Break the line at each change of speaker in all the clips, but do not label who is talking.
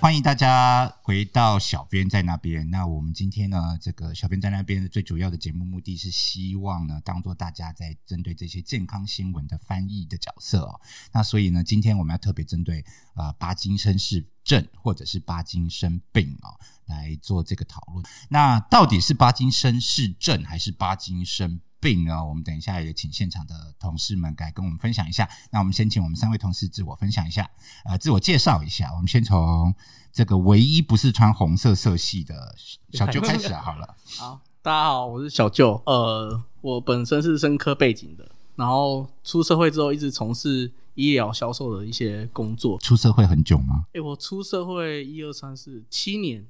欢迎大家回到小编在那边。那我们今天呢，这个小编在那边的最主要的节目目的是希望呢，当做大家在针对这些健康新闻的翻译的角色哦。那所以呢，今天我们要特别针对啊、呃巴金森氏症或者是巴金森病哦来做这个讨论。那到底是巴金森氏症还是巴金森病呢？我们等一下也请现场的同事们来跟我们分享一下。那我们先请我们三位同事自我分享一下，呃，自我介绍一下。我们先从这个唯一不是穿红色色系的小舅开始啊好了。
好，大家好，我是小舅。呃，我本身是生科背景的，然后出社会之后一直从事医疗销售的一些工作。
出社会很久 吗？
诶，我出社会一二三四七年，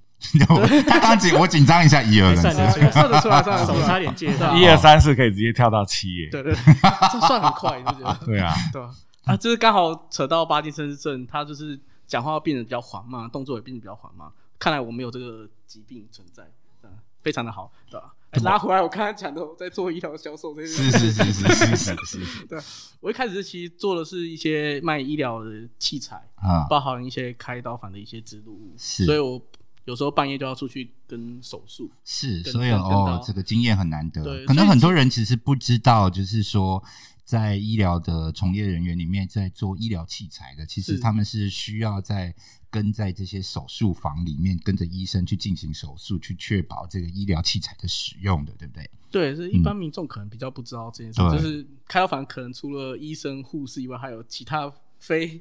他刚紧，我紧张一下，一二
哎算得
三四。
出来，算得出来，算得出
手
来，
差点借到。
对
一二三四可以直接跳到七耶。
对对，对这算很快，你不觉得？
对啊，
对 啊，啊，就是刚好扯到巴金森氏症，他就是讲话变得比较缓慢，动作也变得比较缓慢。看来我没有这个疾病存在，对啊，非常的好，对吧、哎拉回来，我刚才讲的，我在做医疗销售这些，
是是是是是是是是
我一开始其实做的是一些卖医疗的器材，
啊，
包含一些开刀房的一些植入物，
是
所以我有时候半夜就要出去跟手术。
是，
跟
所以
跟
哦
到，
这个经验很难得
对。
可
所
能
以
很
其
多人其实不知道，就是说，在医疗的从业人员里面，在做医疗器材的，其实
是
他们是需要在跟在这些手术房里面，跟着医生去进行手术，去确保这个医疗器材的使用的，对不对？
对，是一般民众可能比较不知道这件事，
嗯对
就是开刀房可能除了医生、护士以外，还有其他非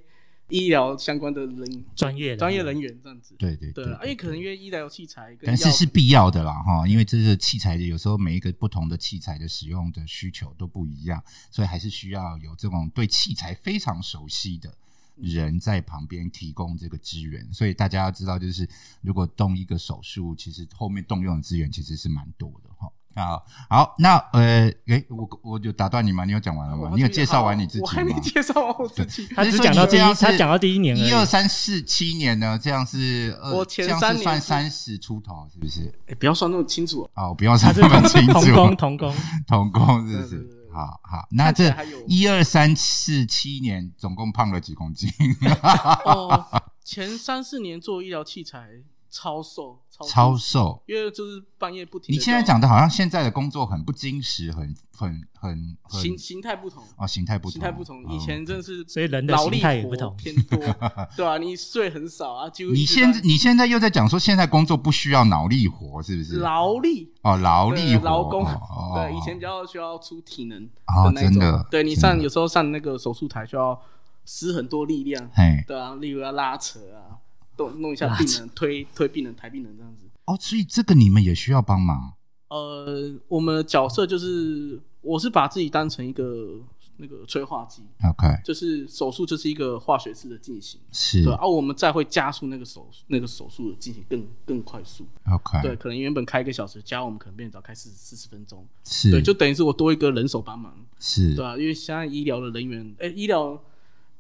医疗相关的人
专业
专业人员这样子。
对对
对啊，因为可能因为医疗器材跟
但是
药
是必要的啦，哈，因为这个器材的有时候每一个不同的器材的使用的需求都不一样，所以还是需要有这种对器材非常熟悉的人在旁边提供这个资源。所以大家要知道，就是如果动一个手术，其实后面动用的资源其实是蛮多的哈。啊，好，那呃，诶，我我就打断你吗？你有讲完了
我
吗
还？
啊你有
是
介绍
好
完你自己吗？
我还没介绍完我自己。
他只讲到第一，
就是说
他讲到第一年而已。
一二三四七年呢，这样是呃，
我前
这样是
三年
算
是
三十出头，是不是？
哎，不要算那么清楚哦，
哦，不用
他
算
啊是
那么清楚，
童工，童工，
童工是不
对对
是
对？对
好好，那
看起来
这
还有
一二三四七年总共胖了几公 斤？
哦，前三四年做医疗器材超瘦，超
超
超，
瘦。
因为就是半夜不停地
你
叫。
现在讲的好像现在的工作很不矜持，很很很很
形形态不同，
哦，形态不同，哦
形态不同，以前真的是
所以人的
劳
心
力
态也
活
不同
偏多， 对啊，你睡很少啊，几乎
哦。你
一直
现
在
你现在又在讲说现在工作不需要脑力活，是不是？
劳力。
哦，劳
对
力活，
劳工，
哦
对，以前比较需要出体能
哦
的那
真的
种。对你
真
上
的
有时候上那个手术台需要使很多力量，
嘿
对啊，例如要拉扯啊，动弄一下
拉
病人，推推病人、抬病人这样子。
哦，所以这个你们也需要帮忙
呃，我们的角色就是，我是把自己当成一个那个催化剂，
，OK？
就是手术就是一个化学式的进行，
是
对啊，我们再会加速那个手那个手术的进行更更快速，对，
，OK？
可能原本开一个小时，加我们可能变成只要开四四十分钟，对，
是
就等于是我多一个人手帮忙，
是
对啊，因为现在医疗的人员，哎、医疗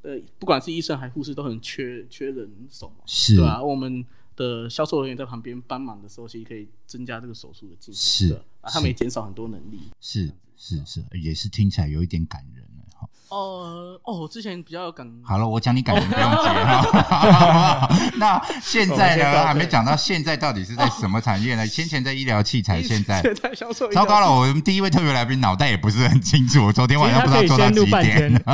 呃，不管是医生还是护士都很缺缺人手嘛，
是
对啊，我们的销售人员在旁边帮忙的时候，其实可以增加这个手术的进行，
是
对啊，啊他们也减少很多能力。
是是是，也是听起来有一点感人了。好
哦哦，我之前比较有感，
好了，我讲你感人不 用接哈。 那现在
我们先到
呢，
这
还没讲到现在到底是在什么产业呢？先前在医疗器 材，现在
现在销售医疗
糟糕了，我们第一位特别来宾脑袋也不是很清楚，我昨天晚上不知道
其实
做到
他可以先
几
录半
点。
天，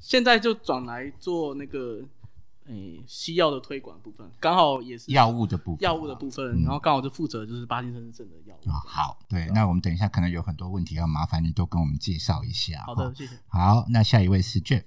现在就转来做那个诶、西药的推广部分，刚好也是
药物的部分，嗯
药物的部分，然后刚好就负责就是巴金森症的药物。
啊。好，对，那我们等一下可能有很多问题要麻烦你多跟我们介绍一下。
好的，，谢谢。
好，那下一位是 Jeff，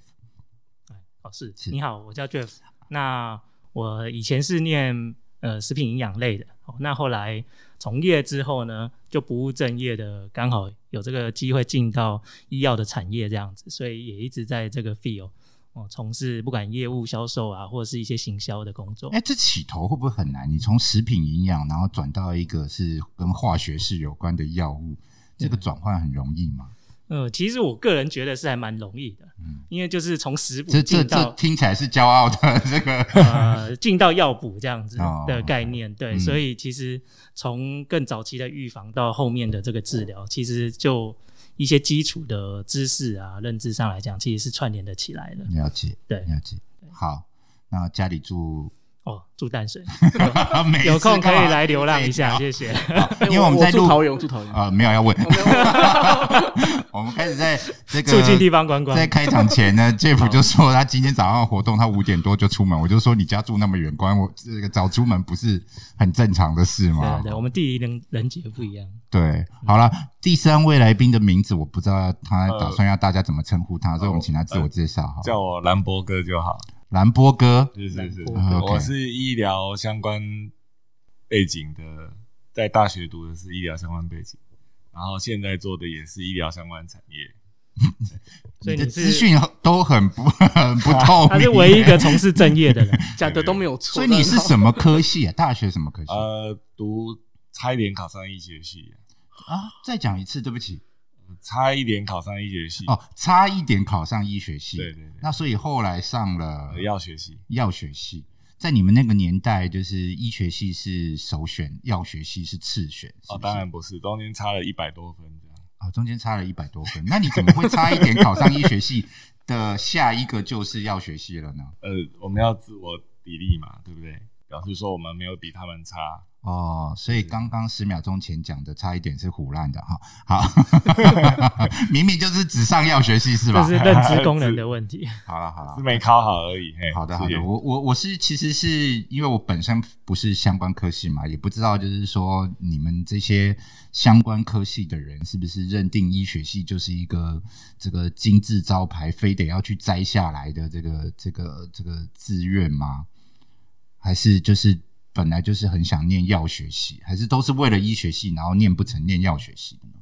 哦，是
是
你好，我叫 Jeff。那我以前是念呃食品营养类的，哦，那后来从业之后呢，就不务正业的，刚好有这个机会进到医药的产业这样子，所以也一直在这个 field 哦从事不管业务销售啊，或者是一些行销的工作。
哎，这起头会不会很难？你从食品营养，然后转到一个是跟化学式有关的药物，这个转换很容易吗？
嗯、其实我个人觉得是还蛮容易的，
嗯
因为就是从食补
这这
进
这
到
听起来是骄傲的这个
呃进到药补这样子
哦
的概念，对，
嗯
所以其实从更早期的预防到后面的这个治疗，其实就一些基础的知识啊、认知上
嗯
来讲，其实是串联的起来的。
了解，
对
了解。好，那家里住
哦，住淡水，
每次
有空可以来流浪一
干
下，
嘛
谢谢。
这一条，因为我们在
住
录
桃园，我住桃园。
啊、没有要问，
没
我们开始在这个
促进地方观光
在，开场前呢，Jeff 就说他今天早上的活动，他五点多就出门。我就说你家住那么远，关我这个早出门不是很正常的事
对啊
吗？
对，我们地理人人杰不一样。
对，好了，第三位来宾的名字我不知道他打算要大家怎么称呼他，所以我们请他自我介绍哈。
呃叫嗯我兰博哥就好。
兰波哥，
是是是，
兰博哥
我是医疗相关背景的，在大学读的是医疗相关背景，然后现在做的也是医疗相关产业。
所以
你的
你是
资讯都很不很不透明，
他是唯一一个。从事正业的人，
讲的都没有 错。
所以你是什么科系啊？大学什么科系
呃，读差一点考上医学系，
啊？再讲一次，对不起
差一点考上医学系，
哦，差一点考上医学系。
对对对
那所以后来上了
呃药学系。
药学系，在你们那个年代，就是医学系是首选，药学系是次选。是
哦，
不是
当然不是，中间差了一百多分这样。
哦，中间差了一百多分，那你怎么会差一点考上医学系的下一个就是药学系了呢？
呃，我们要自我砥砺嘛，对不对？表示说我们没有比他们差。
哦，所以刚刚十秒钟前讲的差一点是胡乱的哈。好， 明明就是只上药学系是
这
吧
是？认知功能的问题。
好了好了
是，没考好而已。嘿，
啊好的，好
谢
的，
谢
我我我是其实是因为我本身不是相关科系嘛，也不知道就是说你们这些相关科系的人是不是认定医学系就是一个这个金字招牌，非得要去摘下来的这个这个这个志愿吗？还是就是本来就是很想念药学系，还是都是为了医学系，然后念不成念药学系的呢？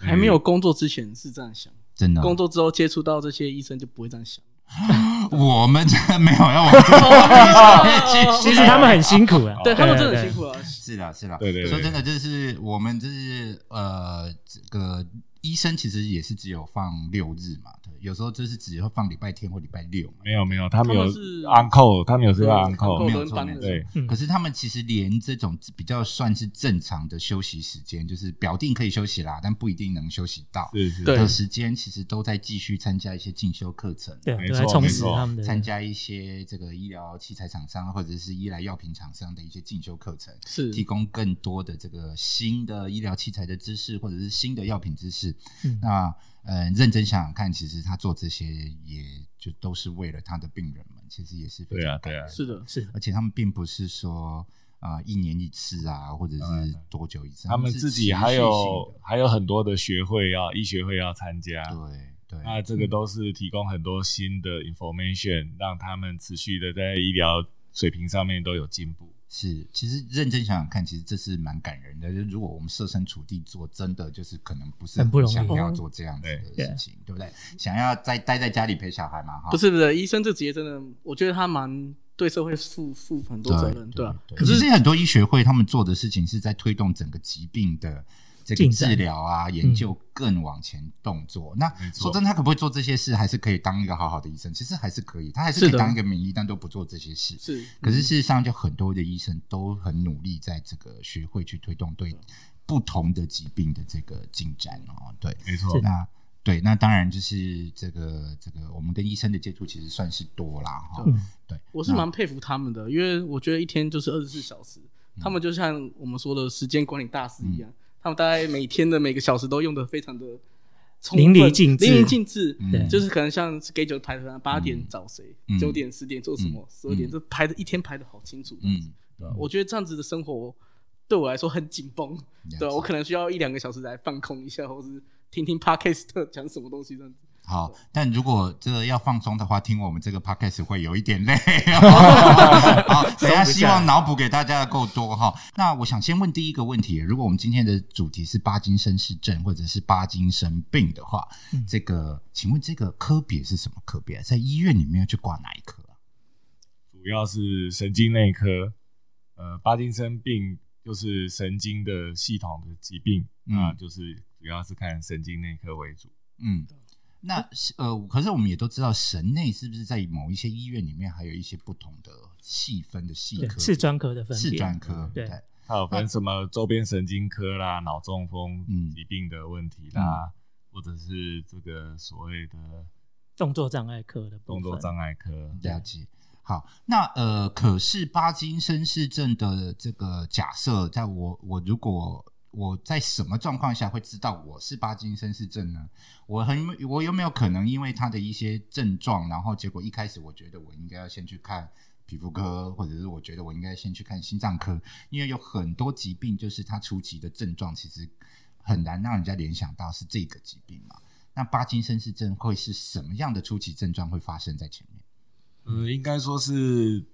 还没有工作之前是这样想，
真的，
工作之后接触到这些医生就不会这样想。
我们真的没有要往这个话题上面去。
其实他们很辛苦啊，
哦对他们真的很
对
辛苦啊。
是啦，是啦，
对对对
说真的，就是我们就是呃，这个医生其实也是只有放六日嘛，对，有时候就是只会放礼拜天或礼拜六嘛。
没有没有，他们有
他们是
uncle，他们有这个
对
uncle，
uncle
没有错
轮班
没
的
有错
对，
嗯
可是他们其实连这种比较算是正常的休息时间，就是表定可以休息啦，但不一定能休息到
是是，
对
的时间，其实都在继续参加一些进修课程，
对啊，
没
都
错
在充
没
实
错
他们的
参加一些这个医疗器材厂商或者是医疗药品厂商的一些进修课程。
是
提供更多的这个新的医疗器材的知识，或者是新的药品知识。
嗯
那呃，认真想想看，其实他做这些也就都是为了他的病人们，其实也是非
对啊
常感
对啊
恩
是的，
是的
而且他们并不是说啊、呃一年一次啊，或者
当然
是
了
多久一次，
他们
是
自
持
己
续
还有
性
还有很多的学会要医学会要参加，
的对嗯对
那这个都是提供很多新的 information，让他们持续的在医疗水平上面都有进步。
是，其实认真想想看，其实这是蛮感人的。就如果我们设身处地做，真的就是可能不是
很不容易
想要做这样子的事情，对不对？想要在待在家里陪小孩嘛，哈，
不是不是，医生这职业真的，我觉得他蛮对社会负负很多责任，对啊。
可是很多医学会他们做的事情是在推动整个疾病的这个
进展
治疗啊、研究更往前动作。
嗯
那
没错
说真的，他可不可以做这些事，还是可以当一个好好的医生？其实还是可以，他还是
是
可以
的
当一个名医，但都不做这些事。
是，
可是事实上，就很多的医生都很努力在这个学会去推动
嗯
对不同的疾病的这个进展哦。对，
没错，
那对，那当然就是这个这个，我们跟医生的接触其实算是多啦哈、
对
对，
我是
那
蛮佩服他们的，因为我觉得一天就是二十四小时，他们就像我们说的时间管理大师一样，他们大概每天的每个小时都用的非常的充分
淋漓尽致
淋漓尽致。
对
就是可能像 schedule 排的，八点找谁
嗯，
九、点十点做什么，十二、点
嗯
这排的一天排的好清楚。
嗯，
对吧我觉得这样子的生活对我来说很紧绷，
了
对吧啊
解
我可能需要一两个小时来放空一下，或是听听 podcast 讲什么东西这样子。
好，但如果这个要放松的话，听我们这个 podcast 会有一点 累、好，等一下希望脑补给大家的够多哈。那我想先问第一个问题，如果我们今天的主题是巴金森氏症或者是巴金森病的话，
嗯
这个请问这个科别是什么科别啊？在医院里面要去挂哪一科啊？
主要是神经内科，呃，帕金森病就是神经的系统的疾病，
嗯
那就是主要是看神经内科为主。
嗯。那是呃，可是我们也都知道，神内是不是在某一些医院里面还有一些不同的细分的细
对
科？
是专科的分
是
别，
专科，
对
它有分什么周边神经科啦、脑中风
嗯
疾病的问题啦，或者是这个所谓的
动作障碍科的部
动作
分。
障碍科。
了解。好，那呃，可是巴金森氏症的这个假设，在我我如果我在什么状况下会知道我是巴金森氏症呢？我很我有没有可能因为他的一些症状，然后结果一开始我觉得我应该要先去看皮肤科，或者是我觉得我应该先去看心脏科，因为有很多疾病就是它初期的症状其实很难让人家联想到是这个疾病嘛。那巴金森氏症会是什么样的初期症状会发生在前面？
嗯，应该说是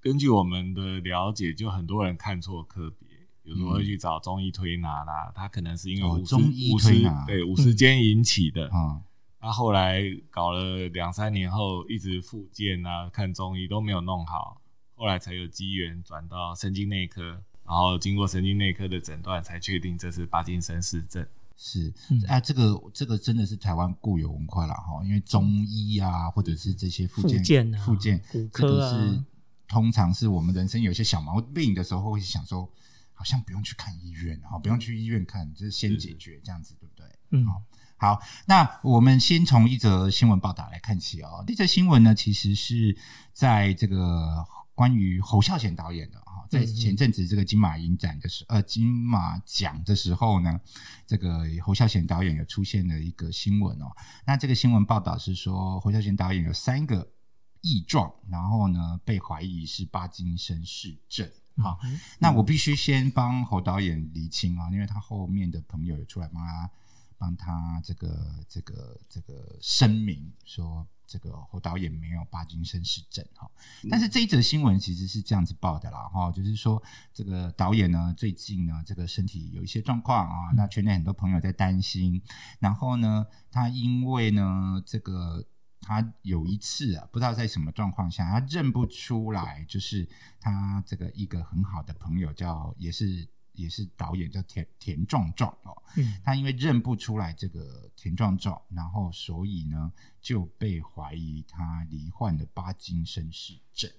根据我们的了解，就很多人看错科别，有时候会去找中医推拿啦，他可能是因为
嗯哦
五十
中医
五
推
十
拿
对五十肩引起的，
啊、
他后来搞了两三年后，一直复健啊，看中医都没有弄好，后来才有机缘转到神经内科，然后经过神经内科的诊断，才确定这是帕金森氏症。
是
嗯
啊，这个这个真的是台湾固有文化了哈，因为中医啊，或者是这些附件
复健啊
附件
骨
这
科
个
啊
是通常是我们人生有一些小毛病的时候，会想说好像不用去看医院哈，不用去医院看，就是先解决这样子，对不对？
嗯
好好，那我们先从一则新闻报道来看起哦。这则新闻呢，其实是在这个关于侯孝贤导演的哈、在
嗯嗯
前阵子这个金马影展的时，呃，金马奖的时候呢，这个侯孝贤导演有出现了一个新闻哦。那这个新闻报道是说，侯孝贤导演有三个异状，然后呢被怀疑是巴金森氏症。好、
嗯哼
那我必须先帮侯导演厘清啊，因为他后面的朋友有出来帮他帮他这个这个这个声明说，这个侯导演没有帕金森氏症哈。但是这一则新闻其实是这样子报的啦哈，就是说这个导演呢最近呢这个身体有一些状况啊，那圈内很多朋友在担心，然后呢他因为呢这个。他有一次啊，不知道在什么状况下，他认不出来，就是他这个一个很好的朋友叫，也是也是导演叫田田壮壮哦，
嗯
他因为认不出来这个田壮壮，然后所以呢就被怀疑他罹患了巴金森氏症。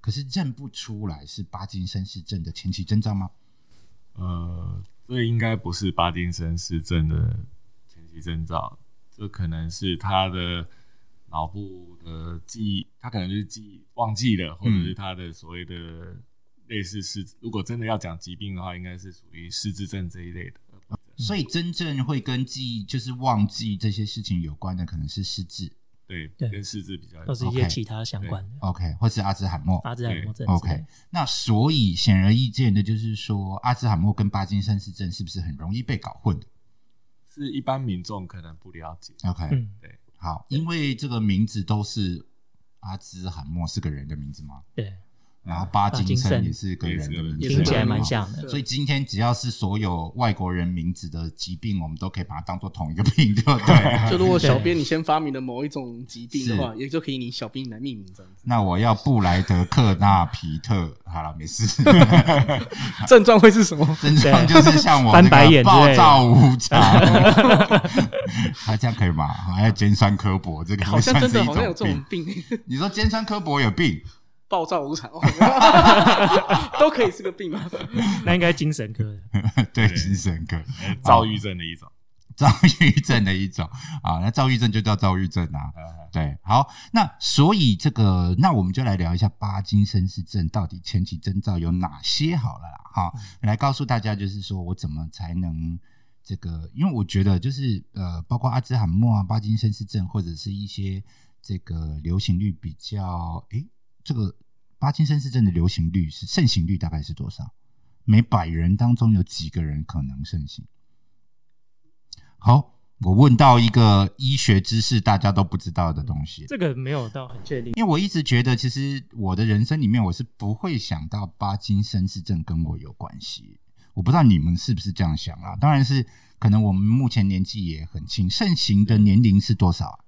可是认不出来是巴金森氏症的前期征兆吗？
呃，这应该不是巴金森氏症的前期征兆，这可能是他的脑部的记忆，他可能就是记忆忘记了，或者是他的所谓的类似失，如果真的要讲疾病的话，应该是属于失智症这一类的。
所以真正会跟记忆就是忘记这些事情有关的，可能是失智
对，
对
跟失智比较有
都
关
是一些
OK，
其他相关的
，OK，或是阿兹海默。
阿兹海默症之类的。
OK，那所以显而易见的就是说，阿兹海默跟巴金森氏症是不是很容易被搞混的
是一般民众可能不了解。
？OK，、
嗯，
对，
好，因为这个名字都是阿兹海默是个人的名字吗？
对，
然后巴金
巴金
森
森
也是个人的名字，
也是个人
听起来蛮像
对
的。
所以今天只要是所有外国人名字的疾病，我们都可以把它当做同一个病， 对不
就
对？
如果小编你先发明了某一种疾病的话，也就可以你小兵来命名这样子。
那我要布莱德克纳皮特，好了，没 事。
症状会是什么？
症状就是像我
翻
那
白
个
眼之
暴
类的
躁无常， 还这样可以吗？还要尖酸刻薄，这个
好像
算
真
是
的
一
好像有
种
这种
病。
病，
你说尖酸刻薄有病？
暴躁无常，哦 都可以是个病啊吧？
那应该精神科 的。
对，
对
精神科。
呃躁郁症的一种。
躁郁症的一种啊。那躁郁症就叫躁郁症啊。
啊
对，好，那所以这个，那我们就来聊一下巴金森氏症到底前期征兆有哪些好了啦，哈，来告诉大家，就是说我怎么才能这个，因为我觉得就是呃，包括阿兹海默啊、巴金森氏症，或者是一些这个流行率比较，诶，这个巴金森氏症的流行率是盛行率大概是多少？每百人当中有几个人可能盛行？好，我问到一个医学知识大家都不知道的东西，
这个没有到很确定。
因为我一直觉得，其实我的人生里面，我是不会想到巴金森氏症跟我有关系。我不知道你们是不是这样想啊啦？当然是，可能我们目前年纪也很轻，盛行的年龄是多少啊？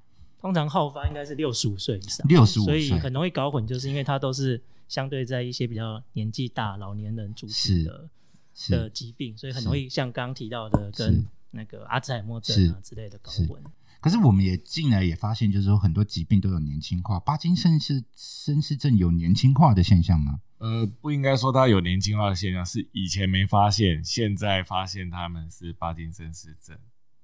通常好发应该是六十五岁以上，
65
所以
岁
很容易搞混，就是因为它都是相对在一些比较年纪大老年人主
是
体的的
是
疾病，所以很
是
容易像刚刚提到的跟那个阿兹海默症啊之类的搞混。
可是我们也进来也发现，就是说很多疾病都有年轻化，巴金森氏森氏症有年轻化的现象吗？
呃，不应该说他有年轻化的现象，是以前没发现，现在发现他们是帕金森氏症，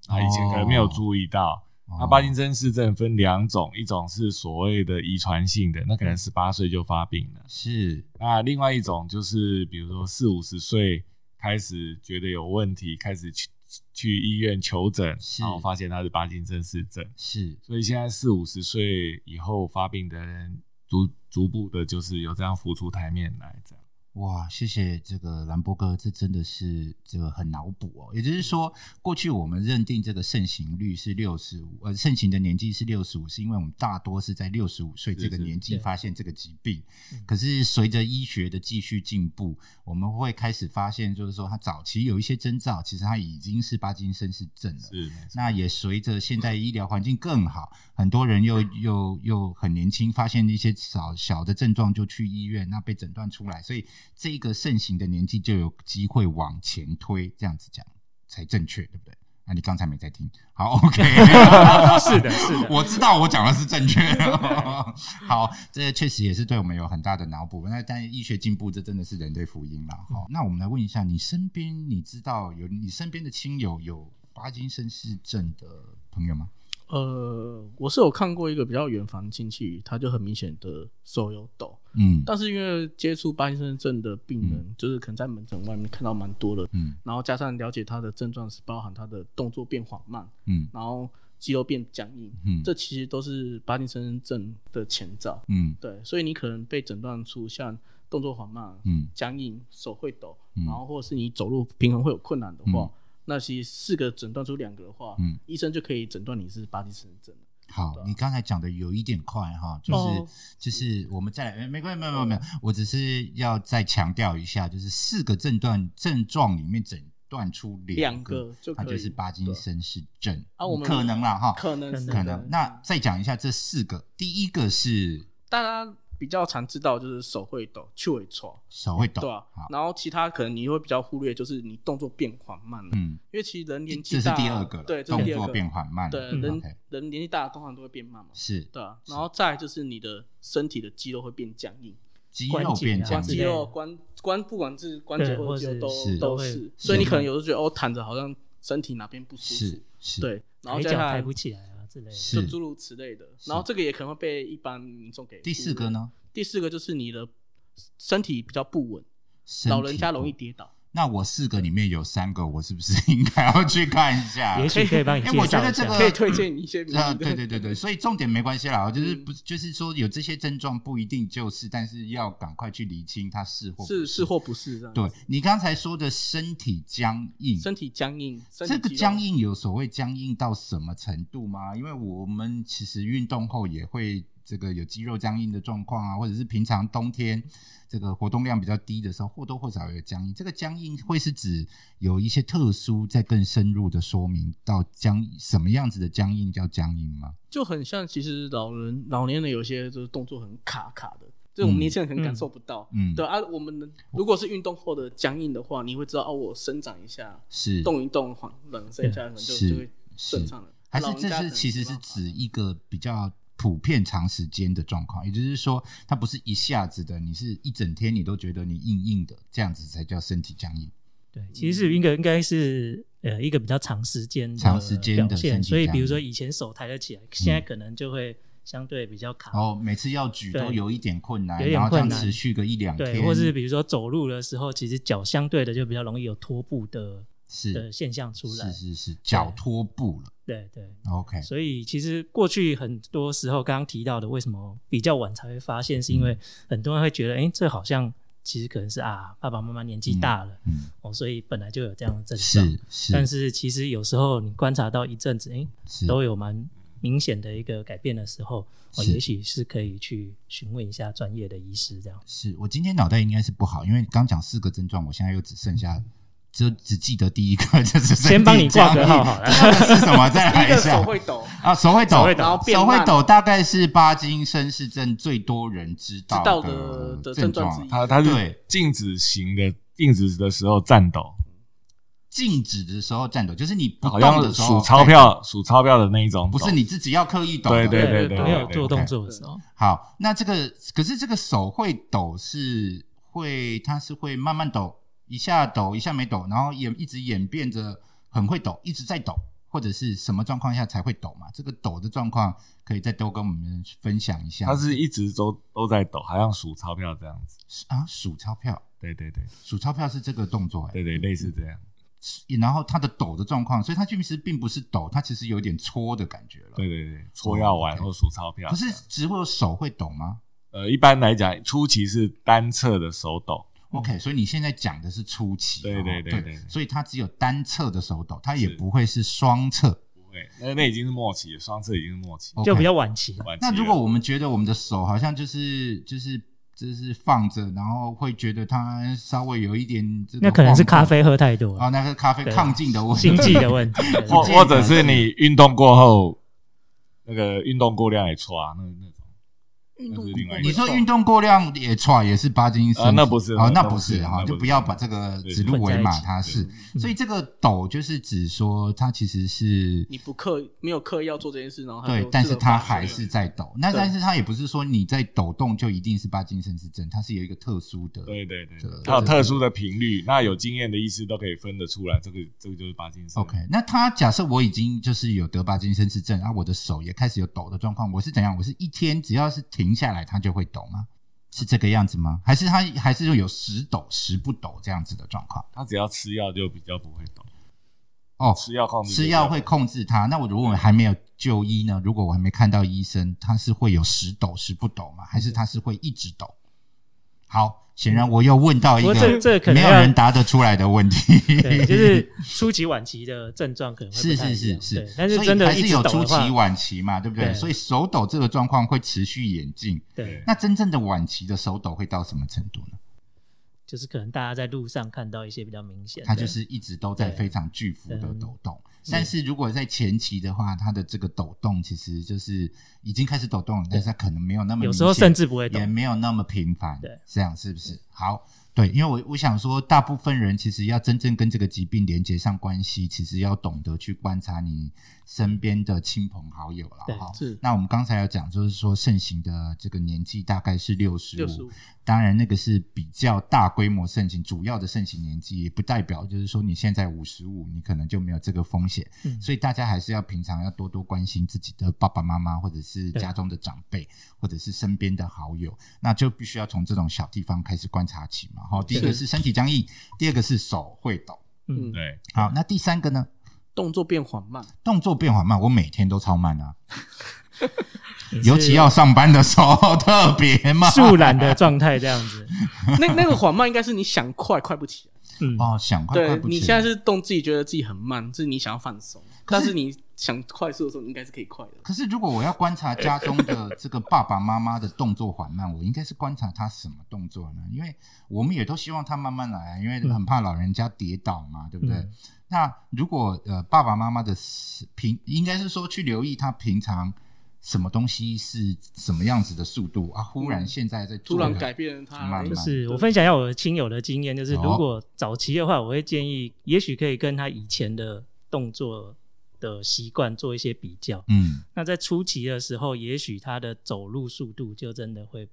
啊，以前可能没有注意到，
哦
哦
那帕金森氏症分两种，一种是所谓的遗传性的，那可能十八岁就发病了；
是
那另外一种就是，比如说四五十岁开始觉得有问题，开始去去医院求诊，
是
然后发现他是帕金森氏症。
是
所以现在四五十岁以后发病的人，逐逐步的就是有这样浮出台面来，这样。
哇，谢谢这个兰博哥，这真的是这个很脑补哦。也就是说，过去我们认定这个盛行率是六十五，呃，盛行的年纪是六十五，是因为我们大多是在六十五岁
是
这个
是
年纪
对
发现这个疾病。
嗯
可是随着医学的继续进步，我们会开始发现，就是说它早期有一些征兆，其实它已经是帕金森氏症了。
是，没错
那也随着现在医疗环境更好，很多人又又又很年轻，发现一些小小的症状就去医院，那被诊断出来，所以这个盛行的年纪就有机会往前推，这样子讲才正确，对不对？那、你刚才没在听，好，OK，
是的，是的，
我知道我讲的是正确的。 好，这确实也是对我们有很大的脑补。那但医学进步，这真的是人类福音了。
嗯
好，那我们来问一下，你身边你知道有你身边的亲友有巴金森氏症的朋友吗？
呃，我是有看过一个比较远房亲戚，他就很明显的手有抖，
嗯
但是因为接触巴金森症的病人，就是可能在门诊外面看到蛮多的，
嗯
然后加上了解他的症状是包含他的动作变缓慢，
嗯
然后肌肉变僵硬，
嗯
这其实都是巴金森症的前兆。
嗯
对，所以你可能被诊断出像动作缓慢、
嗯
僵硬、手会抖，
嗯
然后或者是你走路平衡会有困难的话，
嗯
那其实四个诊断出两个的话，
嗯
医生就可以诊断你是巴金森症了。
好
对，啊
你刚才讲的有一点快哈，就是、
哦
就是我们再来，没关系，没有没有没有，我只是要再强调一下，就是四个症状症状里面诊断出
两
个，
个就
它
可以
就是巴金森氏症
啊我们
可能啦哈，
可能是
可
的
啊
能。那再讲一下这四个，第一个是
大家比较常知道就是手会抖、去尾错，
手会抖，
对啊
好，
然后其他可能你会比较忽略，就是你动作变缓慢了，
嗯，
因为其实人年纪
这是
大，
第二个了，
对，这是
动
第二
作
个
变缓慢了，
对，
嗯
人
OK，
人年纪大通常都会变慢嘛，
是
对啊，然后再来就是你的身体的肌肉会变僵硬，
肌肉变
这
僵
样
关啊
子
硬
肌肉关关不管是关节
对
或者肌肉
或
是
都都是
是是，
所以你可能有时候觉得哦躺着好像身体哪边不舒
是
服，
是，
对，然后
抬
再
脚
下
抬
来
不起来啊之类的。
是
就诸如此类的，然后这个也可能会被一般民众给
第四
忽
个
略？
呢，
第四个就是你的身体比较不稳，
身体
老人家容易跌倒。
那我四个里面有三个，我是不是应该要去看一下？
也许可以帮你
哎
介
我觉
绍
得
一
这
下
个。
可以推荐你一些名
啊，
医
对
的。
对对对，所以重点没关系
嗯
啦，就是不就是说有这些症状不一定就是，但是要赶快去厘清它是或不
是是或不是这样。
对，你刚才说的身体僵硬，
身体 僵硬，身体
这个
肌
嗯
肉
僵硬有所谓僵硬到什么程度吗？因为我们其实运动后也会这个有肌肉僵硬的状况啊，或者是平常冬天这个活动量比较低的时候，或多或少有僵硬。这个僵硬会是指有一些特殊在更深入的说明到僵什么样子的僵硬叫僵硬吗？
就很像，其实老人老年人有些就是动作很卡卡的，这我们年轻人可能感受不到。
嗯，
对，啊，我们如果是运动后的僵硬的话，你会知道哦，我伸展一下，
是
动一动，缓冷伸一下，可能就是就会顺畅了。
还是
老人
这
家
是
可能啊
其实
没
是
办法
指一个比较普遍长时间的状况，也就是说，它不是一下子的，你是一整天你都觉得你硬硬的，这样子才叫身体僵硬。
对，其实是应该应该是呃一个比较长时间的
长时间的
表
身
现，
体嗯
所以
僵
比如说
硬
以前手抬得起来，现在可能就会相对比较卡，
然后每次要举
对
都有一点困难，
有一点
然后这样
困难
持续个一两天，
对，或是比如说走路的时候，其实脚相对的就比较容易有拖步的的
是
现象出来
是，哎是是脚脱步了。
对对。
OK，
所以其实过去很多时候，刚刚提到的，为什么比较晚才会发现，是因
嗯
为很多人会觉得，哎、这好像其实可能是啊，爸爸妈妈年纪大了、
嗯，
哦，所以本来就有这样的症状。
是是，
但是其实有时候你观察到一阵子，哎、
是
都有蛮明显的一个改变的时候，哦，
是
也许是可以去询问一下专业的医师这样。
是我今天脑袋应该是不好，因为刚讲四个症状，我现在又只剩下。只只记得第一个，就是身体
嗯先帮你挂个
僵硬
号好 了
第二个是什么？再
第
来
一
一
个
下。
手会抖，
啊，手会抖，
手会抖
然后变
手
慢
会抖大概是巴金森氏症最多人知道
知道的的
症
症状之一
他他
对
是静止型的，静止的时候颤抖，
静止的时候颤抖，就是你不
好
动的
像
时候
数钞，票数钞票的那一种
不
抖，
是你自己要刻意抖的。
对对对
没有做
对
动作的时候，
好，那这个可是这个手会抖是会，它是会慢慢抖，一下抖一下没抖，然后演一直演变着很会抖，一直在抖，或者是什么状况下才会抖嘛？这个抖的状况可以再多跟我们分享一下。
他是一直都都在抖，好像数钞票这样子。
啊，数钞票，
对对对
数钞票是这个动作、欸，
对对，类似这样。
然后他的抖的状况，所以他其实并不是抖，他其实有点搓的感觉了。
对对对，搓药丸
对
或数钞票。
哦可是只有手会抖吗
呃，一般来讲，初期是单侧的手抖，
？OK，所以
嗯
你现在讲的是初期，
对
哦对
对对对对
所以他只有单侧的手抖，他也
是
不会是双侧。
不会，那那已经是末期了，双侧已经是末期。
就
OK
比较晚期了。
晚期了
那如果我们觉得我们的手好像就是就是就是放着，然后会觉得它稍微有一点这个
那可能是
晃动
咖啡喝太多
啊，
了，
那个咖啡
对
亢进的问题，
心悸 的问题。对
或
我
或者是你运动过后，那个运动过量也错啊，那那种
运
那
动
是另外一个
你说运动过量也错，也是巴金森
啊那不是
啊，那
那
不
不是
是
那
哈，
不
就是不要把这个指鹿为马，它是。所以这个抖就是指说，它其实是
你不刻没有刻意要做这件事，然后
对，
就
但
自
是
动
它
发生
还是在抖。那
对
但是它也不是说你在抖动就一定是巴金森氏症，它是有一个特殊的。
对对对
对，
它有特殊的频率，那有经验的医师都可以分得出来，这个这个就是巴金森。
OK，那他假设我已经就是有得巴金森氏症啊，我的手也开始有抖的状况，我是怎样？我是一天只要是停下来，它就会抖吗？是这个样子吗？还是它还是有时抖时不抖这样子的状况？
他只要吃药就比较不会抖，
哦，
吃药控制就
吃药会控制它。那我如果还没有就医呢？如果我还没看到医生，它是会有时抖时不抖吗？
嗯
还是它是会一直抖？好，显然我又问到一
不过这
个
这可
没
能
有
要
人答得出来的问题。
对，就是初期晚期的症状可能会
是
不
是
太一
是
样
是
对，，但是
所以
真的
还
一
是
直
有
抖
初
的
期、
话，
晚期嘛，对不对？
对
所以手抖这个状况会持续演进。
对，
那真正的晚期的手抖会到什么程度呢？
就是可能大家在路上看到一些比较明显的，嗯
它就是一直都在非常巨幅的抖动。但是如果在前期的话，它的这个抖动其实就是已经开始抖动了，但是它可能没有那么
有
明
时候
显
甚至不会
也
懂。
没有那么频繁，
对，
这样是不是？好，对，因为我我想说，大部分人其实要真正跟这个疾病连接上关系，其实要懂得去观察你身边的亲朋好友了
嗯对
哈。
是
那我们刚才要讲，就是说盛行的这个年纪大概是六十
六十
五
五，，
当然那个是比较大规模盛行，主要的盛行年纪，也不代表就是说你现在五十五，你可能就没有这个风险。
嗯
所以大家还是要平常要多多关心自己的爸爸妈妈，或者是家中的长辈，或者是身边的好友，那就必须要从这种小地方开始观察起嘛。好，第一个是身体僵硬，第二个是手会抖。
嗯，
对，
好，那第三个呢？
动作变缓慢，
动作变缓慢，我每天都超慢啊，
你
尤
是
其要上班的时候 特别慢。
树懒的状态这样子。
那那个缓慢应该是你想快快不起来，
嗯，
哦，想快快
对
不
你
起
现在是动自己觉得自己很慢，是你想要放松，但是你想快速的时候，你应该是可以快的。
可是如果我要观察家中的这个爸爸妈妈的动作缓慢，我应该是观察他什么动作呢？因为我们也都希望他慢慢来啊，因为很怕老人家跌倒嘛，对不对？
嗯
那如果呃爸爸妈妈的是平，应该是说去留意他平常什么东西是什么样子的速度啊，忽然现在在
嗯突
做
然
的
改变它，
慢慢
哎
就是我
对
分享一下我的亲友的经验，就是
哦
如果早期的话，我会建议，也许可以跟他以前的动作的习惯做一些比较。
嗯
那在初期的时候，也许他的走路速度就真的会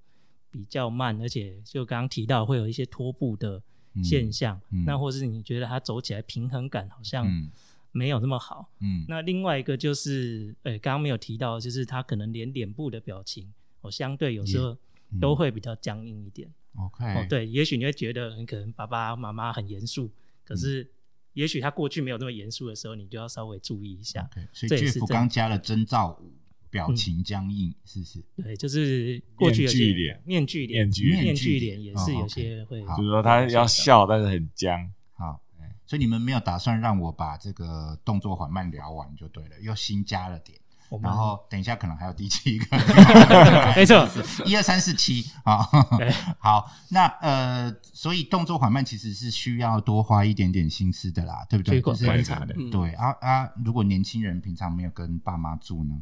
比较慢，而且就刚刚提到会有一些拖步的现象，
嗯嗯
那或是你觉得他走起来平衡感好像
嗯
没有那么好。
嗯
那另外一个就是，呃、刚刚没有提到，就是他可能连脸部的表情，哦，相对有时候
嗯
都会比较僵硬一点。
，OK，
哎
哦，对，也许你会觉得很可能爸爸妈妈很严肃，可
嗯
是也许他过去没有那么严肃的时候，你就要稍微注意一下。
，OK，所以哎
这也是
Jeff
这
刚
样嗯
加了征兆五，表情僵硬，是不是？
对，就是过去有些
嗯面具脸
面具
面具脸
脸、面具脸也是
哦
有
，OK
些会，
好
就是说他要笑，但是很僵。
好
哎，
所以你们没有打算让我把这个动作缓慢聊完就对了，又新加了点，
我们
然后等一下可能还有第七个，
没错，
一二三四七啊
对，
好，那呃，所以动作缓慢其实是需要多花一点点心思的啦，对不对？
去观
就是
观察的
嗯
对啊啊，如果年轻人平常没有跟爸妈住呢，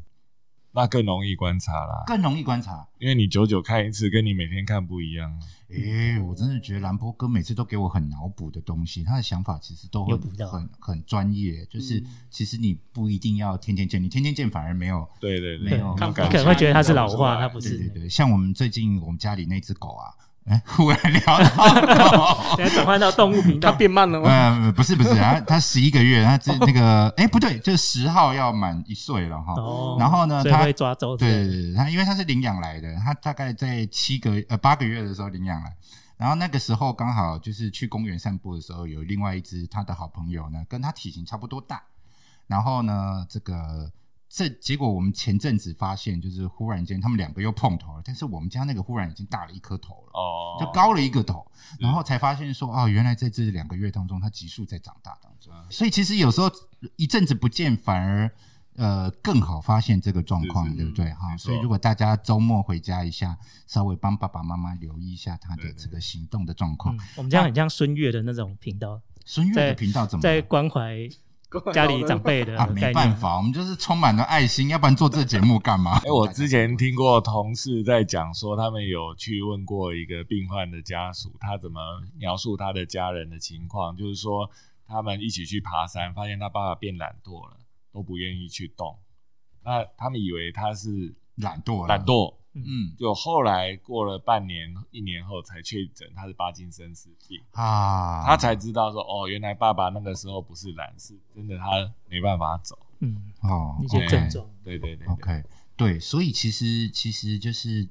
那更容易观察啦，
更容易观察。
因为你久久看一次，跟你每天看不一样。
诶、我真的觉得兰波哥每次都给我很脑补的东西，他的想法其实都
有
很
补到
很很专业，就是
嗯
其实你不一定要天天见，你天天见反而没有。
对对
没
对，
有
我
看
们
不
感
你可
觉
能会觉得他是
看
老
不出
化，
来
他不
对对
是。
对，像我们最近我们家里那只狗啊，哎， 忽然聊到，
现在转换到动物频
它
道，
变慢了吗？
呃，不是不是，他他十一个月，他这那个，哎，不对，就是十号要满一岁了哈。
哦
然后呢，
所以
他
会抓周嗯
对对对，他因为他是领养来的，他大概在七个呃八个月的时候领养来，然后那个时候刚好就是去公园散步的时候，有另外一只他的好朋友呢，跟他体型差不多大，然后呢，这个这结果我们前阵子发现，就是忽然间他们两个又碰头了，但是我们家那个忽然已经大了一颗头了。
哦，嗯
就高了一个头，然后才发现说，哦，原来在这两个月当中，它急速在长大当中。
嗯
所以其实有时候一阵子不见，反而呃更好发现这个状况，
是是
对不对？
嗯
哈，
没错
所以如果大家周末回家一下，稍微帮爸爸妈妈留意一下他的
对对
这个行动的状况
嗯。，我们这样很像孙悦的那种频道，
孙悦的
在
频道怎么
在
了？
关怀
嗯
家里长辈
呃
的
啊，
概
没办
念。
法，我们就是充满了爱心，要不然做这个节目干嘛？
哎、我之前听过同事在讲说，他们有去问过一个病患的家属，他怎么描述他的家人的情况，就是说他们一起去爬山，发现他爸爸变懒惰了，都不愿意去动。那他们以为他是
懒惰了
懒，惰，
嗯
就后来过了半年、一年后才确诊他是帕金森氏病，
啊，
他才知道说，哦，原来爸爸那个时候不是懒，是真的他没办法走。
嗯，
哦
一些
OK
症状。
对对对对
OK，对，所以其实其实就是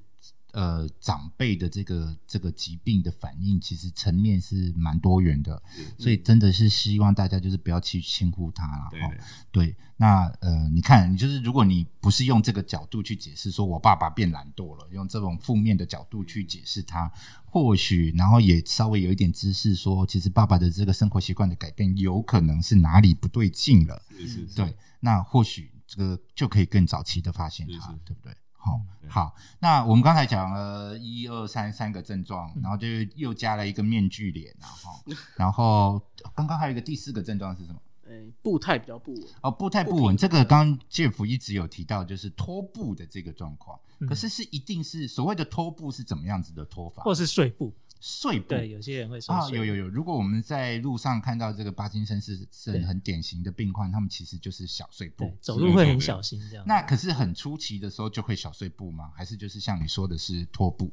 呃，长辈的这个这个疾病的反应，其实层面是蛮多元的，
嗯
所以真的是希望大家就是不要去轻忽它啦。
对
哦
对
对，那呃，你看，你就是如果你不是用这个角度去解释，说我爸爸变懒惰了，用这种负面的角度去解释他，或许然后也稍微有一点知识说，其实爸爸的这个生活习惯的改变，有可能是哪里不对劲了。
是是是，
对，那或许这个就可以更早期的发现它，
是是
对不对？好、
嗯
对
好，那我们刚才讲了一二三三个症状，
嗯
然后就又加了一个面具脸啊， 哈，然后刚刚还有一个第四个症状是什么？
哎，步态比较不稳，
哦，步态不稳，这个刚刚 Jeff 一直有提到，就是拖步的这个状况。
嗯
可是是一定是所谓的拖步是怎么样子的拖法？
或是睡布，
碎步？
对，有些人会说
啊，
睡
有有
布，
有。如果我们在路上看到这个帕金森氏症很典型的病患，他们其实就是小碎步
对，，走路会很小心这样。
嗯那可是很出奇的时候就会小碎步吗？还是就是像你说的是拖步？